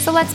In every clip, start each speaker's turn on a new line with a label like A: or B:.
A: So let's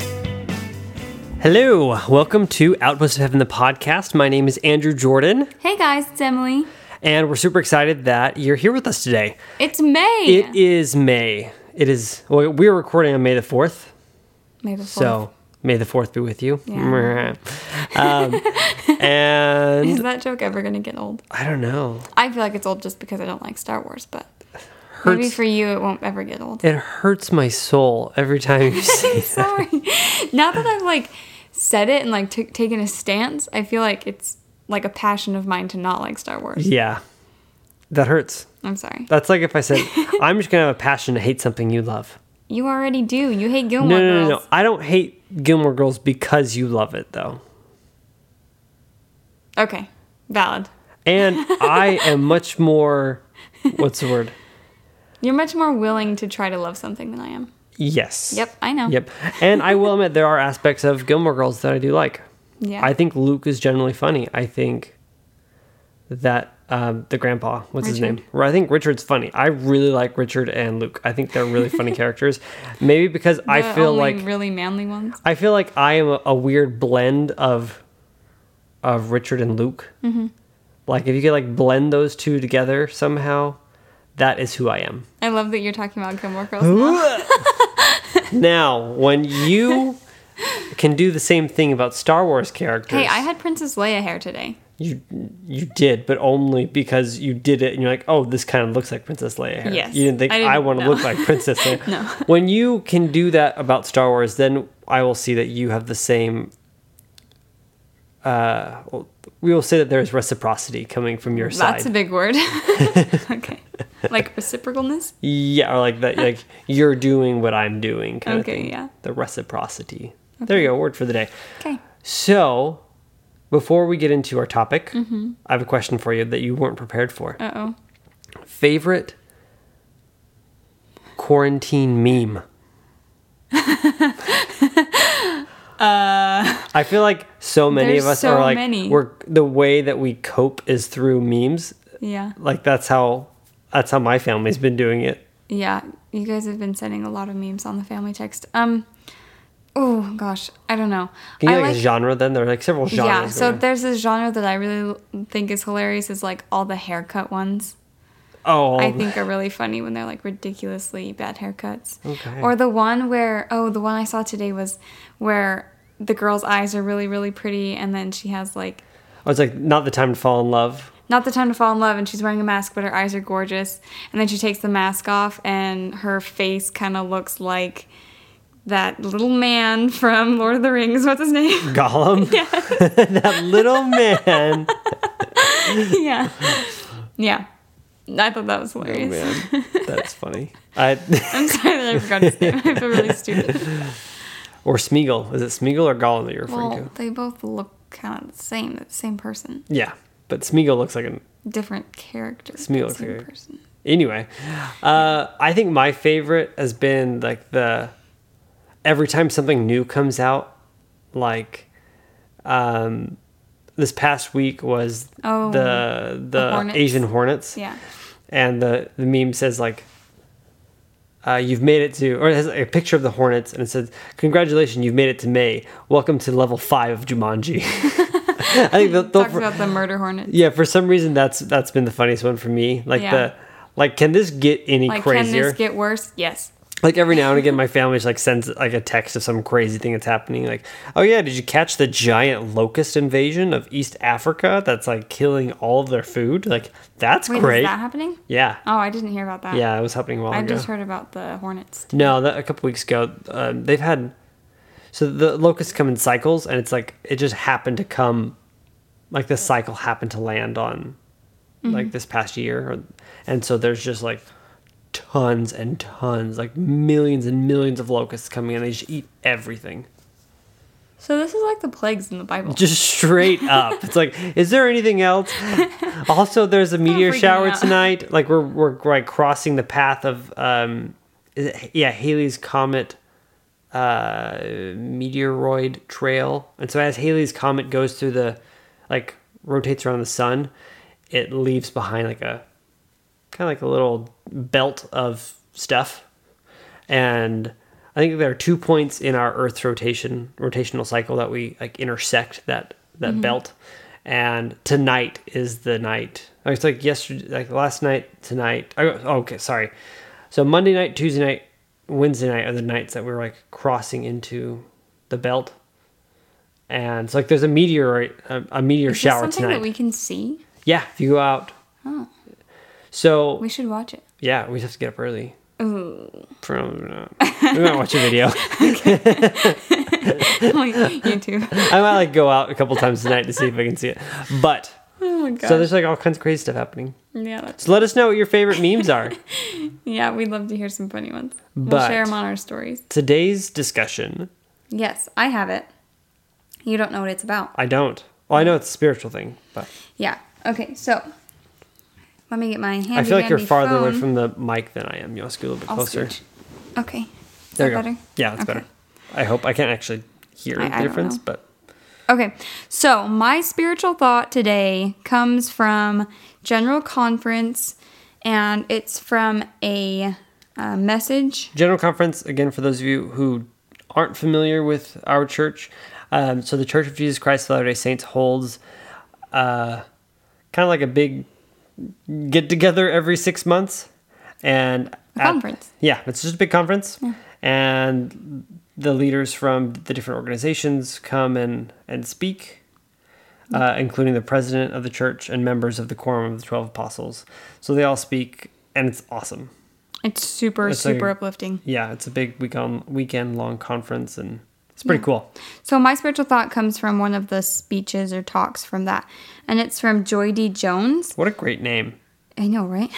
B: Hello, welcome to Outpost of Heaven, the podcast. My name is Andrew Jordan,
A: Hey guys, it's Emily.
B: and we're super excited that you're here with us today.
A: It's May.
B: It is May. It is, well, we're recording on May the 4th,
A: May the 4th.
B: so may the 4th be with you. um, and
C: Is that joke ever going to get old?
B: I don't know.
C: I feel like it's old just because I don't like Star Wars, but maybe
B: Hurts,
C: for you it won't ever get old.
B: it hurts my soul every time you say
C: I'm sorry. now that I've like said it and like t- taken a stance, I feel like it's like a passion of mine to not like Star Wars.
B: Yeah. That hurts.
C: I'm sorry.
B: That's like if I said, I'm just going to have a passion to hate something you love.
C: You already do. You hate Gilmore
B: No, no, no, no.
C: Girls.
B: I don't hate Gilmore Girls because you love it, though.
C: Okay, valid.
B: And I am much more, what's the word?
C: You're much more willing to try to love something than I am.
B: Yes.
C: Yep, I know.
B: Yep. And I will admit there are aspects of Gilmore Girls that I do like.
C: Yeah.
B: I think Luke is generally funny. I think that um, the grandpa, what's his name? Ri- I think Richard's funny. I really like Richard and Luke. I think they're really funny characters. Maybe because I
C: The
B: feel
C: only
B: like
C: really manly ones.
B: I feel like I am a, a weird blend of of Richard and Luke. Mm-hmm. Like if you could like blend those two together somehow, that is who I am.
C: I love that you're talking about Gilmore Girls. now.
B: now, when you can do the same thing about Star Wars characters,
C: Hey, I had Princess Leia hair today.
B: you you did, but only because you did it, and you're like, oh, this kind of looks like Princess Leia. Here.
C: Yes.
B: you didn't think
C: I
B: I,
C: didn't-
B: want to
C: no.
B: look like Princess Leia. no, when you can do that about Star Wars, then I will see that you have the same. Uh, well, we will say that there is reciprocity coming from your
C: That's a
B: side.
C: big word. okay. Like reciprocalness?
B: yeah, or like that, like you're doing what I'm doing. Kind of
C: Okay,
B: thing.
C: yeah.
B: The reciprocity. There you go. Word for the day.
C: Okay.
B: So, before we get into our topic,
C: Mm-hmm.
B: I have a question for you that you weren't prepared for.
C: Uh oh.
B: favorite quarantine meme? uh, I feel like so many of
C: Uh, there's
B: us
C: so
B: are like
C: many.
B: we're the way that we cope is through memes.
C: Yeah.
B: Like that's how that's how my family's been doing it.
C: Yeah. You guys have been sending a lot of memes on the family text. Um oh gosh, I don't know.
B: Can you
C: I
B: like, a genre then? There are like several genres.
C: yeah, so
B: going on.
C: there's this genre that I really l- think is hilarious is like all the haircut ones.
B: oh,
C: I think are really funny when they're like ridiculously bad haircuts.
B: Okay.
C: Or the one where oh, the one I saw today was where the girl's eyes are really really pretty and then she has like
B: I was oh, like not the time to fall in love.
C: not the time to fall in love and she's wearing a mask but her eyes are gorgeous and then she takes the mask off and her face kind of looks like that little man from lord of the rings what's his name
B: Gollum, that little man.
C: yeah yeah i thought that was
B: Oh,
C: hilarious
B: man, that's funny. I,
C: i'm sorry that i forgot his name i feel really stupid
B: or Smeagol. Is it Smeagol or Gollum that you're referring to?
C: well they both look kind of the same the same person
B: Yeah, but Smeagol looks like an.
C: different character but
B: Smeagol looks
C: same
B: like a-
C: person
B: Anyway, uh, I think my favorite has been like the. Every time something new comes out, like, um, this past week was
C: Oh,
B: the the,
C: Hornets.
B: Asian Hornets.
C: yeah
B: and the, the meme says like uh, you've made it to or it has a picture of the hornets and it says congratulations you've made it to may welcome to level five of jumanji i think they'll, they'll
C: talks about the murder hornet
B: yeah for some reason that's that's been the funniest one for me like
C: Yeah.
B: the like can this get any
C: like can
B: crazier
C: this get worse yes
B: like every now and again my family just like sends like a text of some crazy thing that's happening like oh yeah did you catch the giant locust invasion of east africa that's like killing all of their food like that's
C: wait
B: great
C: is that happening
B: yeah
C: oh i didn't hear about that
B: Oh, yeah, it was happening a while
C: I've
B: ago.
C: just heard about the hornets.
B: No, that, a couple weeks ago, um, they've had. So the locusts come in cycles, and it's like it just happened to come, like the cycle happened to land on, like this past year, or, and so there's just like tons and tons, like millions and millions of locusts coming, and they just eat everything.
C: So this is like the plagues in the Bible.
B: Just straight up. It's like, is there anything else? Also, there's a meteor
C: freaking
B: shower
C: out.
B: tonight. Like we're we're like crossing the path of um, is it, yeah, Haley's comet, uh, meteoroid trail. And so as Haley's comet goes through the, like rotates around the sun, it leaves behind like a, kind of like a little belt of stuff and I think there are two points in our Earth's rotation rotational cycle that we like intersect that that
C: Mm-hmm.
B: belt, and tonight is the night. oh, It's like yesterday, like last night, tonight. oh, Okay, sorry. So Monday night, Tuesday night, Wednesday night are the nights that we're like crossing into the belt, and it's like there's a meteor a, a meteor
C: Is this
B: shower
C: something
B: tonight.
C: that we Oh. can see?
B: yeah, if you go out. So
C: We should watch it.
B: yeah, we have to get up early. Probably not. We might watch a video.
C: like YouTube.
B: I might like go out a couple times tonight to see if I can see it. But
C: Oh my god.
B: so there's like all kinds of crazy stuff happening.
C: yeah, that's,
B: So let us know what your favorite memes are.
C: yeah, we'd love to hear some funny ones. we'll
B: But-
C: share them on our stories.
B: Today's discussion,
C: Yes, I have it. You don't know what it's about.
B: I don't. Well, I know it's a spiritual thing, but
C: Yeah. Okay, so let me get my handy
B: I feel like you're
C: dandy
B: farther away
C: phone.
B: from the mic than I am. You want to scoot a little bit
C: I'll
B: closer?
C: scooch. Okay. Is
B: There
C: that
B: you go.
C: better?
B: Yeah, that's
C: Okay.
B: better. I hope I can't actually hear
C: I- I
B: the
C: don't
B: difference,
C: know.
B: but
C: Okay, so my spiritual thought today comes from General Conference, and it's from a, uh message.
B: General Conference, again, for those of you who aren't familiar with our church, um, so the Church of Jesus Christ of Latter day Saints holds uh, kind of like a big get together every six months. And
C: A
B: at-
C: conference.
B: yeah, it's just a big conference. And the leaders from the different organizations come and, and speak
C: Mm.
B: uh, including the president of the church and members of the Quorum of the Twelve Apostles. So they all speak, and it's awesome.
C: It's super,
B: It's like-
C: super uplifting.
B: Yeah, it's a big weekend weekend long conference, and it's pretty cool.
C: So my spiritual thought comes from one of the speeches or talks from that, and it's from Joy D. Jones.
B: What a great name!
C: I know, right?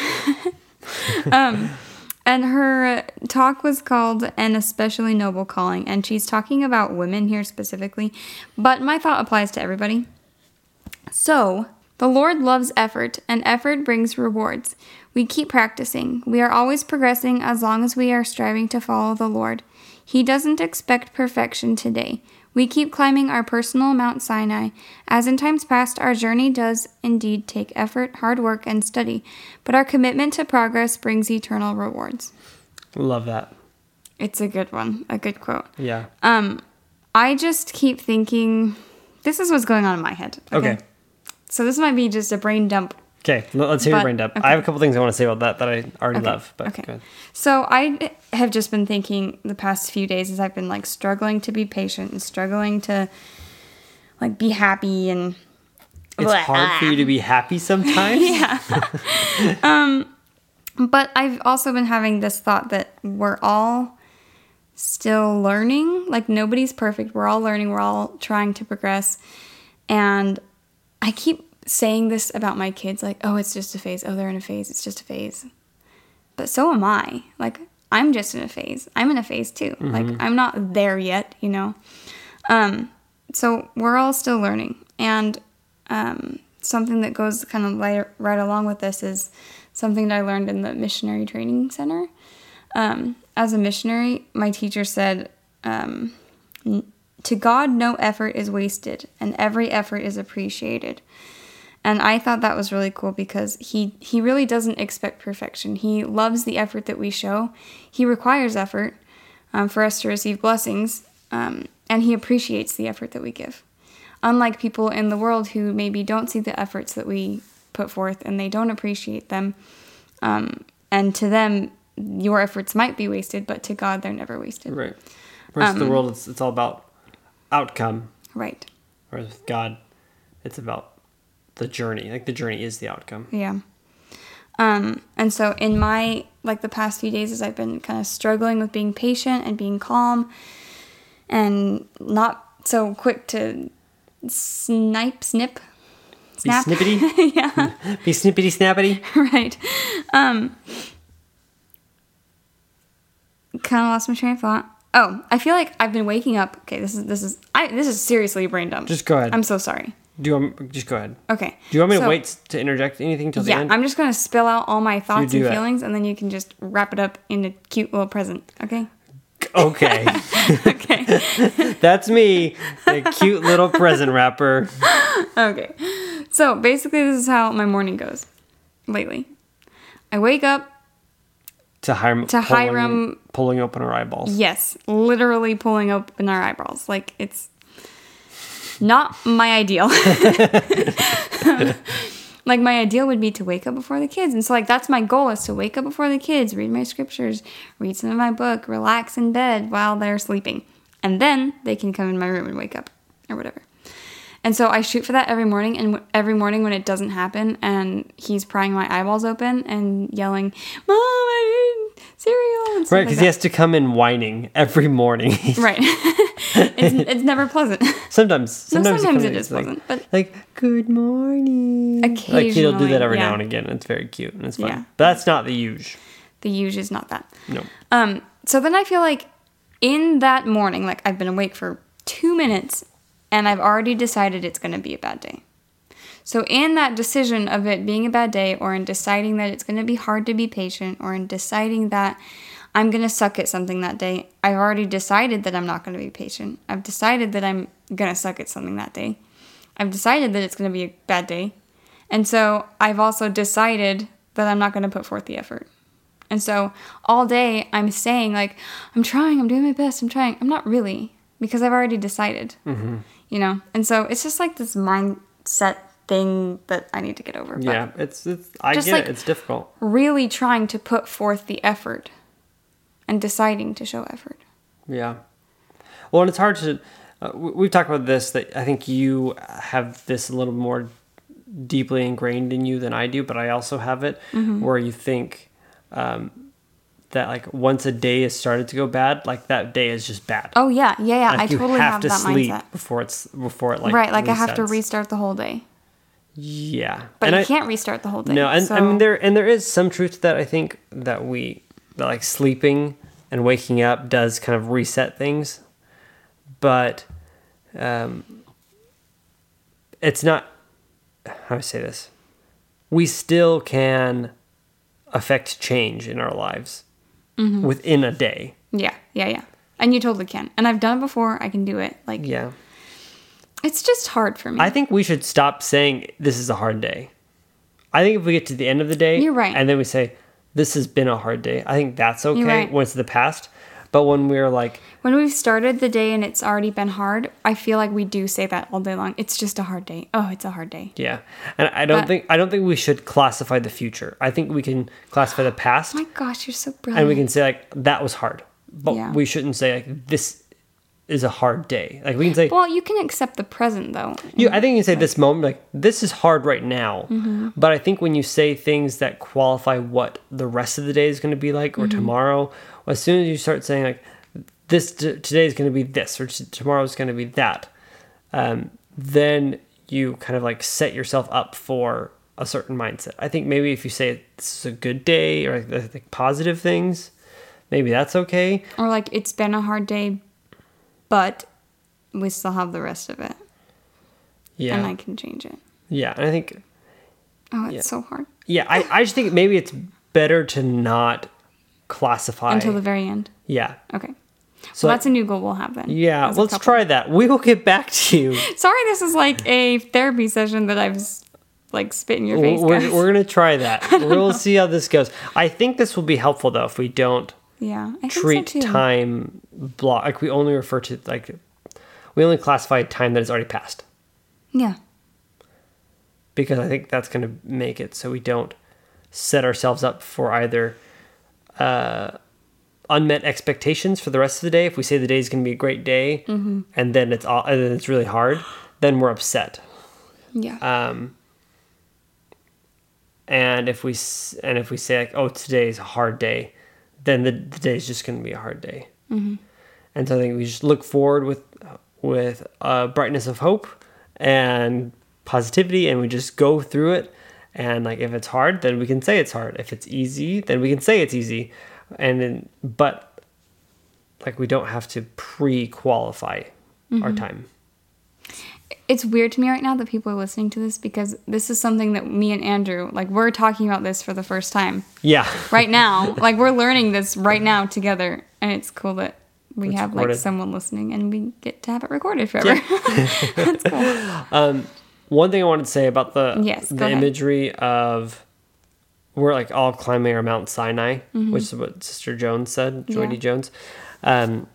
C: um, and her uh, talk was called An Especially Noble Calling, and she's talking about women here specifically, but my thought applies to everybody. So, the Lord loves effort, and effort brings rewards. We keep practicing. We are always progressing as long as we are striving to follow the Lord. He doesn't expect perfection today. We keep climbing our personal Mount Sinai. As in times past, our journey does indeed take effort, hard work, and study, but our commitment to progress brings eternal rewards.
B: Love that.
C: It's a good one, a good quote.
B: Yeah.
C: Um, I just keep thinking this is what's going on in my head.
B: Okay.
C: So this might be just a brain dump.
B: Okay. l- Let's hear your
C: But-
B: brain dump.
C: okay.
B: I have a couple things I want to say about that that I already
C: Okay,
B: love, but
C: okay.
B: go ahead.
C: So I have just been thinking the past few days as I've been like struggling to be patient and struggling to like be happy and
B: it's hard for you to be happy sometimes.
C: But I've also been having this thought that we're all still learning. Like nobody's perfect. We're all learning. We're all trying to progress. And I keep saying this about my kids like, oh, it's just a phase. Oh, they're in a phase. It's just a phase. But so am I. Like, I'm just in a phase. I'm in a phase too. Like, I'm not there yet, you know? Um, so we're all still learning. And um, something that goes kind of li- right along with this is something that I learned in the missionary training center. Um, as a missionary, my teacher said, um, n- To God, no effort is wasted, and every effort is appreciated. And I thought that was really cool because he, he really doesn't expect perfection. He loves the effort that we show. He requires effort um, for us to receive blessings, um, and he appreciates the effort that we give unlike people in the world who maybe don't see the efforts that we put forth and they don't appreciate them. Um, and to them, your efforts might be wasted, but to God, they're never wasted.
B: Right. Whereas
C: Um,
B: the world, it's, it's all about outcome.
C: Right.
B: Whereas with God, it's about the journey. Like the journey is the outcome.
C: Yeah. Um, and so in my like the past few days as I've been kind of struggling with being patient and being calm and not so quick to snipe snip
B: Be Hmm.
C: snap
B: snippety.
C: yeah
B: be snippety snappity.
C: right. Um, kind of lost my train of thought. Oh, I feel like I've been waking up. Okay, this is this is I this is seriously a brain dump.
B: Just go ahead.
C: I'm so sorry.
B: Do you want, just go ahead.
C: Okay.
B: Do you want me to
C: so-
B: wait to interject anything till the
C: Yeah,
B: end?
C: I'm just gonna spill out all my thoughts
B: do
C: and
B: that.
C: feelings, and then you can just wrap it up in a cute little present. Okay.
B: okay.
C: Okay.
B: That's me, a cute little present wrapper.
C: okay. So basically, this is how my morning goes lately. I wake up.
B: To Hiram.
C: To Hiram-
B: Pulling open her eyeballs.
C: Yes, literally pulling open our eyeballs. Like it's not my ideal. like my ideal would be to wake up before the kids, and so like that's my goal is to wake up before the kids, read my scriptures, read some of my book, relax in bed while they're sleeping, and then they can come in my room and wake up or whatever. And so I shoot for that every morning, and w- every morning when it doesn't happen, and he's prying my eyeballs open and yelling, "Mom, I need cereal!" and stuff
B: Right,
C: like
B: because
C: that.
B: he has to come in whining every morning.
C: Right. it's, it's never pleasant.
B: sometimes,
C: No,
B: sometimes, he
C: sometimes
B: comes
C: it
B: in,
C: is
B: it's like,
C: pleasant, but
B: like good morning. like he'll do
C: Occasionally,
B: that every
C: yeah.
B: now and again. It's very cute and it's fun.
C: Yeah.
B: But that's not the huge.
C: the usual is not that.
B: No.
C: Um, so then I feel like in that morning, like I've been awake for two minutes and I've already decided it's going to be a bad day. So, in that decision of it being a bad day, or in deciding that it's going to be hard to be patient, or in deciding that I'm going to suck at something that day, I've already decided that I'm not going to be patient. I've decided that I'm going to suck at something that day. I've decided that it's going to be a bad day. And so, I've also decided that I'm not going to put forth the effort. And so all day I'm saying like I'm trying, I'm doing my best, I'm trying. I'm not really because I've already decided. You know. And so it's just like this mindset thing that I need to get over. but
B: Yeah, it's it's. I
C: Just
B: get
C: like-
B: it. It's difficult.
C: Really trying to put forth the effort and deciding to show effort.
B: Yeah. Well, and it's hard to. Uh, we- we've talked about this that I think you have this a little more deeply ingrained in you than I do, but I also have it
C: Mm-hmm.
B: where you think um, that like once a day has started to go bad, like that day is just bad.
C: Oh yeah, yeah, yeah.
B: Like,
C: I totally have, that mindset.
B: before it's before it like
C: right, like I have to
B: resets.
C: restart the whole day.
B: Yeah,
C: But
B: And
C: you
B: I-
C: can't restart the whole day.
B: No, and
C: so,
B: I mean there and there is some truth to that. I think that we that like sleeping and waking up does kind of reset things, but um, it's not. How do I say this? We still can affect change in our lives within a day.
C: Yeah, yeah, yeah. And you totally can. And I've done it before. I can do it. Like
B: Yeah,
C: it's just hard for me.
B: I think we should stop saying this is a hard day. I think if we get to the end of the day,
C: You're right.
B: and then we say this has been a hard day, I think that's okay
C: right.
B: when it's the past. But when we're like,
C: When we've started the day and it's already been hard, I feel like we do say that all day long. It's just a hard day. Oh, it's a hard day.
B: yeah, and I don't
C: But-
B: think I don't think we should classify the future. I think we can classify the past,
C: My gosh, you're so brilliant.
B: and we can say like that was hard, but
C: Yeah.
B: we shouldn't say like this is a hard day. Like we can say.
C: well, you can accept the present though.
B: you, I think you can say this moment like this is hard right now, but I think when you say things that qualify what the rest of the day is going to be like or tomorrow, as soon as you start saying like this t- today is going to be this or t- tomorrow is going to be that, um, then you kind of like set yourself up for a certain mindset. I think maybe if you say this is a good day or like, like positive things, maybe that's okay.
C: Or like it's been a hard day, but we still have the rest of it
B: Yeah,
C: and I can change it.
B: yeah, and I think
C: Oh, it's so hard.
B: Yeah, I, I just think maybe it's better to not classify
C: Until the very end.
B: yeah.
C: Okay. So
B: So
C: that's a new goal we'll have then.
B: yeah,
C: That's a
B: let's
C: couple.
B: try that. We will get back to you.
C: Sorry, this is like a therapy session that I've s- like spit in your face.
B: we're,
C: guys.
B: we're gonna try that. We'll see how this goes. I think this will be helpful though if we don't
C: yeah, I
B: treat
C: think so too.
B: time block like we only refer to like we only classify time that has already passed
C: Yeah.
B: because I think that's gonna make it so we don't set ourselves up for either uh, unmet expectations for the rest of the day. If we say the day is gonna be a great day and then it's all and then it's really hard, then we're upset.
C: Yeah.
B: Um, and if we s- and if we say like, oh, today's a hard day, then the, the day is just going to be a hard day. And so I think we just look forward with with uh, brightness of hope and positivity, and we just go through it. And like, if it's hard, then we can say it's hard. If it's easy, then we can say it's easy. And then, but like we don't have to pre-qualify our time.
C: It's weird to me right now that people are listening to this because this is something that me and Andrew, like, we're talking about this for the first time
B: Yeah.
C: right now. like, we're learning this right now together. And it's cool that we
B: It's
C: have,
B: recorded.
C: like, someone listening and we get to have it recorded forever. That's cool.
B: One thing I wanted to say about the
C: Yes, go
B: the
C: ahead.
B: imagery of we're like all climbing our Mount Sinai, which is what Sister Jones said, Joy D.
C: Yeah.
B: Jones. Um,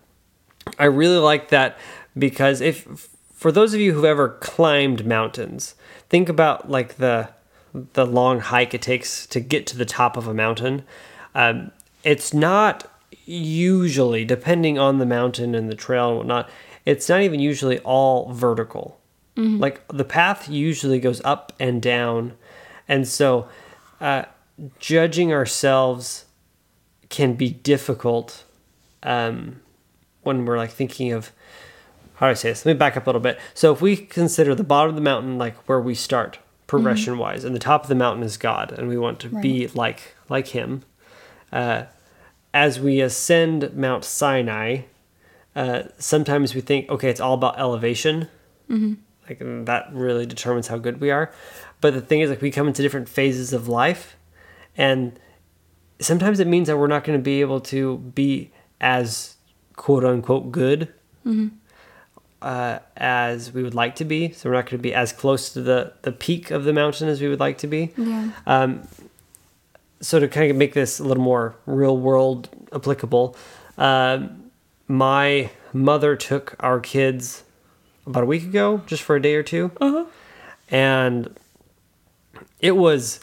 B: I really like that because if for those of you who've ever climbed mountains, think about like the the long hike it takes to get to the top of a mountain. Um, it's not usually, depending on the mountain and the trail and whatnot, it's not even usually all vertical. Like the path usually goes up and down, and so uh, judging ourselves can be difficult um, when we're like thinking of how do I say this? Let me back up a little bit. So if we consider the bottom of the mountain like where we start progression wise, and the top of the mountain is God, and we want to be like like Him. Uh, as we ascend Mount Sinai, uh, sometimes we think, okay, it's all about elevation. Like mm, that really determines how good we are. But the thing is, like we come into different phases of life, and sometimes it means that we're not going to be able to be as quote unquote good uh, as we would like to be. So we're not going to be as close to the the peak of the mountain as we would like to be.
C: Yeah.
B: So to kind of make this a little more real world applicable, um, my mother took our kids about a week ago, just for a day or 2 and it was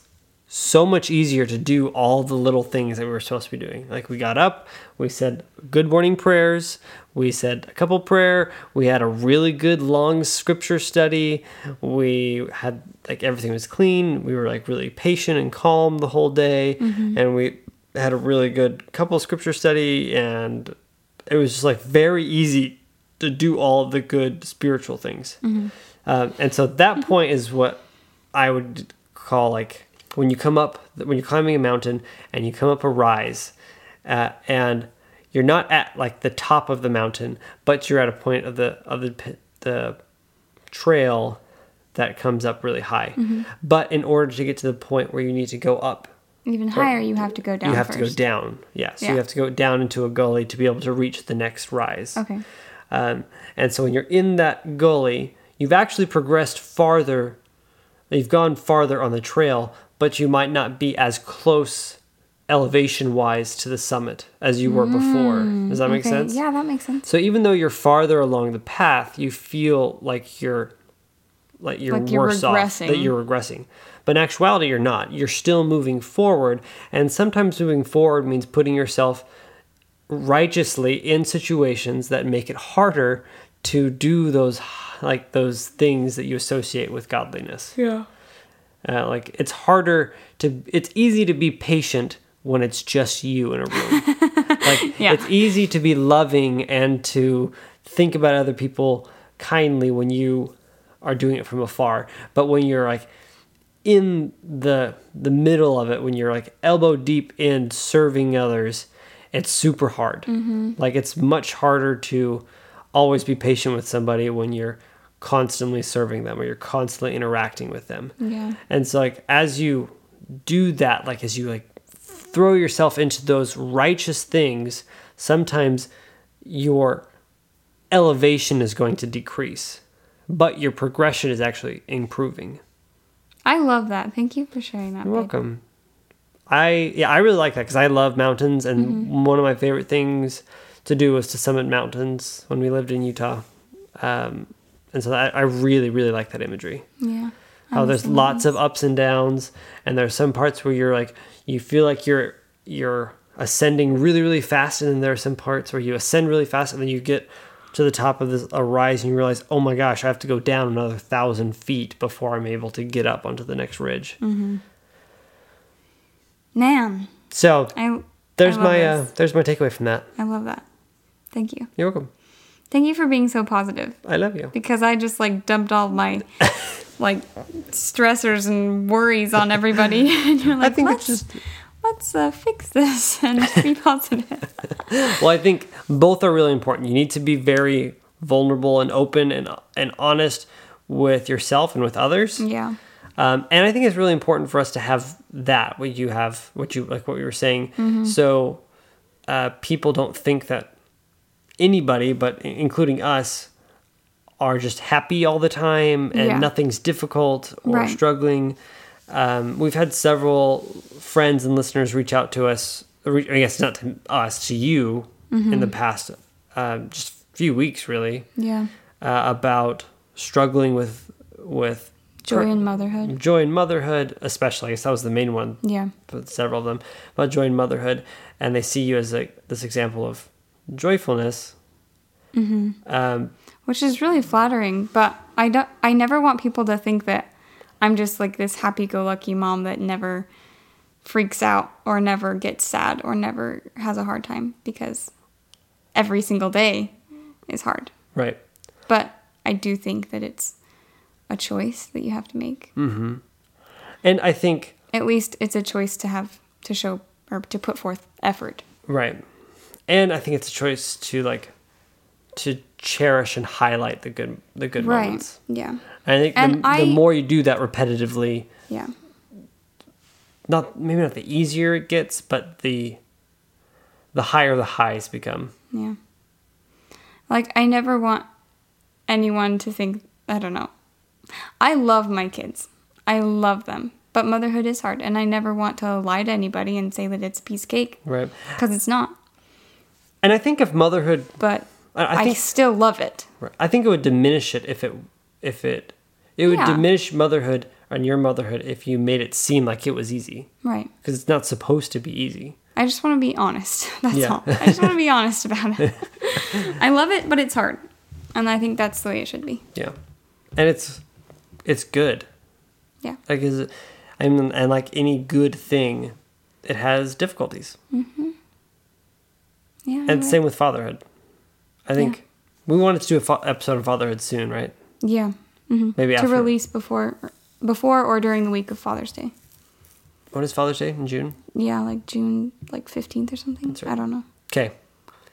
B: so much easier to do all the little things that we were supposed to be doing. Like we got up, we said good morning prayers, we said a couple prayer, we had a really good long scripture study, we had like everything was clean, we were like really patient and calm the whole day, and we had a really good couple scripture study and it was just like very easy to do all the good spiritual things. Um, and so that point is what I would call like when you come up, when you're climbing a mountain and you come up a rise, uh, and you're not at like the top of the mountain, but you're at a point of the of the p- the trail that comes up really high.
C: Mm-hmm.
B: But in order to get to the point where you need to go up,
C: Even higher, you have to go down
B: you have
C: first.
B: to go down. Yeah, so
C: Yeah.
B: you have to go down into a gully to be able to reach the next rise.
C: Okay.
B: Um, and so when you're in that gully, you've actually progressed farther. You've gone farther on the trail, but you might not be as close elevation wise to the summit as you were before. Does that make
C: Okay,
B: sense?
C: Yeah, that makes sense.
B: So even though you're farther along the path, you feel like you're like you're
C: Like you're
B: worse off that
C: regressing.
B: you're regressing. But in actuality, you're not. You're still moving forward, and sometimes moving forward means putting yourself righteously in situations that make it harder to do those h- like those things that you associate with godliness.
C: Yeah.
B: Uh, like it's harder to. It's easy to be patient when it's just you in a room. like
C: Yeah.
B: it's easy to be loving and to think about other people kindly when you are doing it from afar. But when you're like in the the middle of it, when you're like elbow deep in serving others, it's super hard.
C: Mm-hmm.
B: Like it's much harder to always be patient with somebody when you're constantly serving them or you're constantly interacting with them.
C: Yeah.
B: And so like as you do that, like as you like throw yourself into those righteous things, sometimes your elevation is going to decrease, but your progression is actually improving.
C: I love that. Thank you for sharing that.
B: You're
C: babe.
B: welcome. I yeah, I really like that because I love mountains, and one of my favorite things to do was to summit mountains when we lived in Utah, um, and so I, I really really like that imagery.
C: Yeah.
B: How Oh, there's lots of ups and downs, and there's some parts where you're like you feel like you're you're ascending really really fast, and then there are some parts where you ascend really fast, and then you get to the top of this a rise, and you realize, oh my gosh, I have to go down another thousand feet before I'm able to get up onto the next ridge.
C: Mm. Man,
B: So
C: I
B: there's
C: I love
B: my uh,
C: this.
B: there's my takeaway from that.
C: I love that. Thank you.
B: You're welcome.
C: Thank you for being so positive
B: I love you.
C: because I just like dumped all my like stressors and worries on everybody and you're like
B: think
C: let's
B: it's
C: just let's uh, fix this and be positive.
B: Well, I think both are really important. You need to be very vulnerable and open and and honest with yourself and with others.
C: yeah.
B: Um, and I think it's really important for us to have that what you have, what you like, what we were saying,
C: Mm-hmm.
B: so uh, people don't think that anybody, but i- including us, are just happy all the time and
C: Yeah.
B: nothing's difficult or
C: Right.
B: struggling. Um, we've had several friends and listeners reach out to us. re- I guess not to us, to you in
C: Mm-hmm.
B: the past, uh, just few weeks really,
C: Yeah.
B: uh, about struggling with with
C: Joy in motherhood.
B: joy in motherhood especially i guess that was the main one
C: Yeah.
B: but several of them about joy in motherhood and they see you as a, this example of joyfulness um,
C: Which is really flattering, but I don't I never want people to think that I'm just like this happy-go-lucky mom that never freaks out or never gets sad or never has a hard time because every single day is hard.
B: right
C: But I do think that it's a choice that you have to make.
B: and i think
C: At least it's a choice to have to show or to put forth effort.
B: right and i think it's a choice to like to cherish and highlight the good the good moments
C: Yeah.
B: and i think
C: And
B: the,
C: I-
B: the more you do that repetitively
C: Yeah.
B: not maybe not the easier it gets but the the higher the highs become
C: Yeah. Like I never want anyone to think I don't know. I love my kids. I love them. But motherhood is hard and I never want to lie to anybody and say that it's piece of cake
B: right
C: cuz it's not.
B: and i think if motherhood
C: But
B: I- I
C: I,
B: think-
C: still love it.
B: Right. I think it would diminish it if it if it it would
C: Yeah.
B: diminish motherhood and your motherhood if you made it seem like it was easy
C: Right.
B: because it's not supposed to be easy.
C: I just want to be honest. That's
B: Yeah.
C: all. I just want to be honest about it. I love it, but it's hard. And I think that's the way it should be.
B: Yeah, and it's it's good.
C: Yeah.
B: Like is it, I mean, and like any good thing, it has difficulties.
C: Yeah.
B: And
C: you're
B: same with fatherhood. I think we wanted to do a fa- episode on fatherhood soon, right?
C: right. Yeah. hmm
B: Maybe
C: to
B: after.
C: release before before or during the week of Father's Day.
B: What is Father's Day in June?
C: Yeah, like June like 15th or something.
B: right.
C: I don't know.
B: Okay.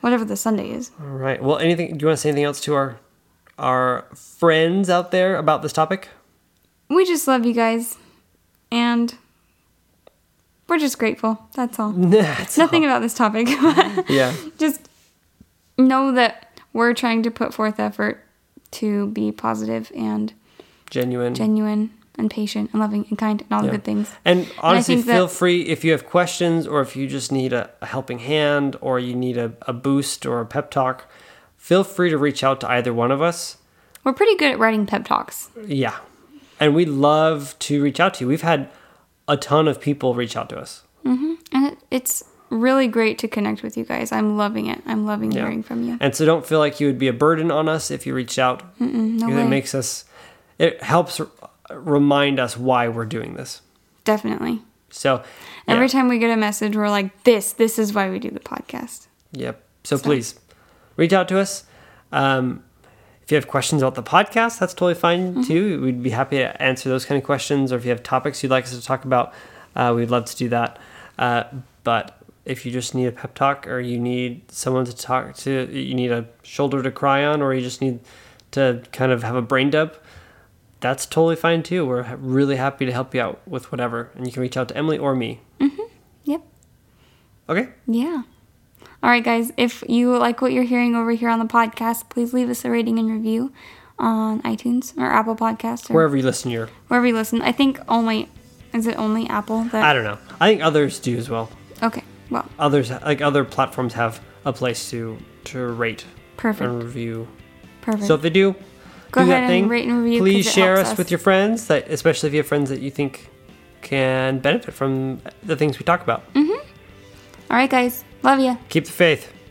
C: Whatever the Sunday is.
B: All right. Well, anything? Do you want to say anything else to our our friends out there about this topic?
C: We just love you guys and we're just grateful. That's all.
B: That's
C: Nothing about this topic.
B: yeah.
C: just know that we're trying to put forth effort to be positive and
B: Genuine.
C: genuine and patient and loving and kind and all
B: Yeah.
C: the good things.
B: And honestly,
C: think that-
B: feel free if you have questions or if you just need a, a helping hand or you need a, a boost or a pep talk, feel free to reach out to either one of us.
C: We're pretty good at writing pep talks.
B: Yeah. And we love to reach out to you. We've had a ton of people reach out to us.
C: And it, it's really great to connect with you guys. I'm loving it. I'm loving
B: Yeah.
C: hearing from you.
B: And so don't feel like you would be a burden on us if you reached out.
C: no
B: Because it
C: way.
B: makes us, it helps r- remind us why we're doing this.
C: Definitely.
B: So
C: Every
B: yeah.
C: time we get a message, we're like, this, this is why we do the podcast.
B: Yep. So, please reach out to us. Um, if you have questions about the podcast, that's totally fine too. We'd be happy to answer those kind of questions. Or if you have topics you'd like us to talk about, uh, we'd love to do that. Uh, but if you just need a pep talk or you need someone to talk to, you need a shoulder to cry on, or you just need to kind of have a brain dump, that's totally fine too. We're ha- really happy to help you out with whatever. And you can reach out to Emily or me.
C: Yep.
B: Okay.
C: Yeah. All right, guys. If you like what you're hearing over here on the podcast, please leave us a rating and review on iTunes or Apple Podcasts or
B: Wherever you listen to your,
C: wherever you listen. I think only, is it only Apple that?
B: I don't know. I think others do as well.
C: Okay. Well,
B: others like other platforms have a place to to rate and
C: perfect.
B: review.
C: Perfect.
B: So if they do,
C: Go
B: do
C: ahead
B: that
C: and
B: thing.
C: rate and review 'cause
B: Please
C: it
B: share
C: helps
B: us,
C: us.
B: with your friends, that especially if you have friends that you think can benefit from the things we talk about.
C: Mm. All right, guys. Love ya.
B: Keep the faith.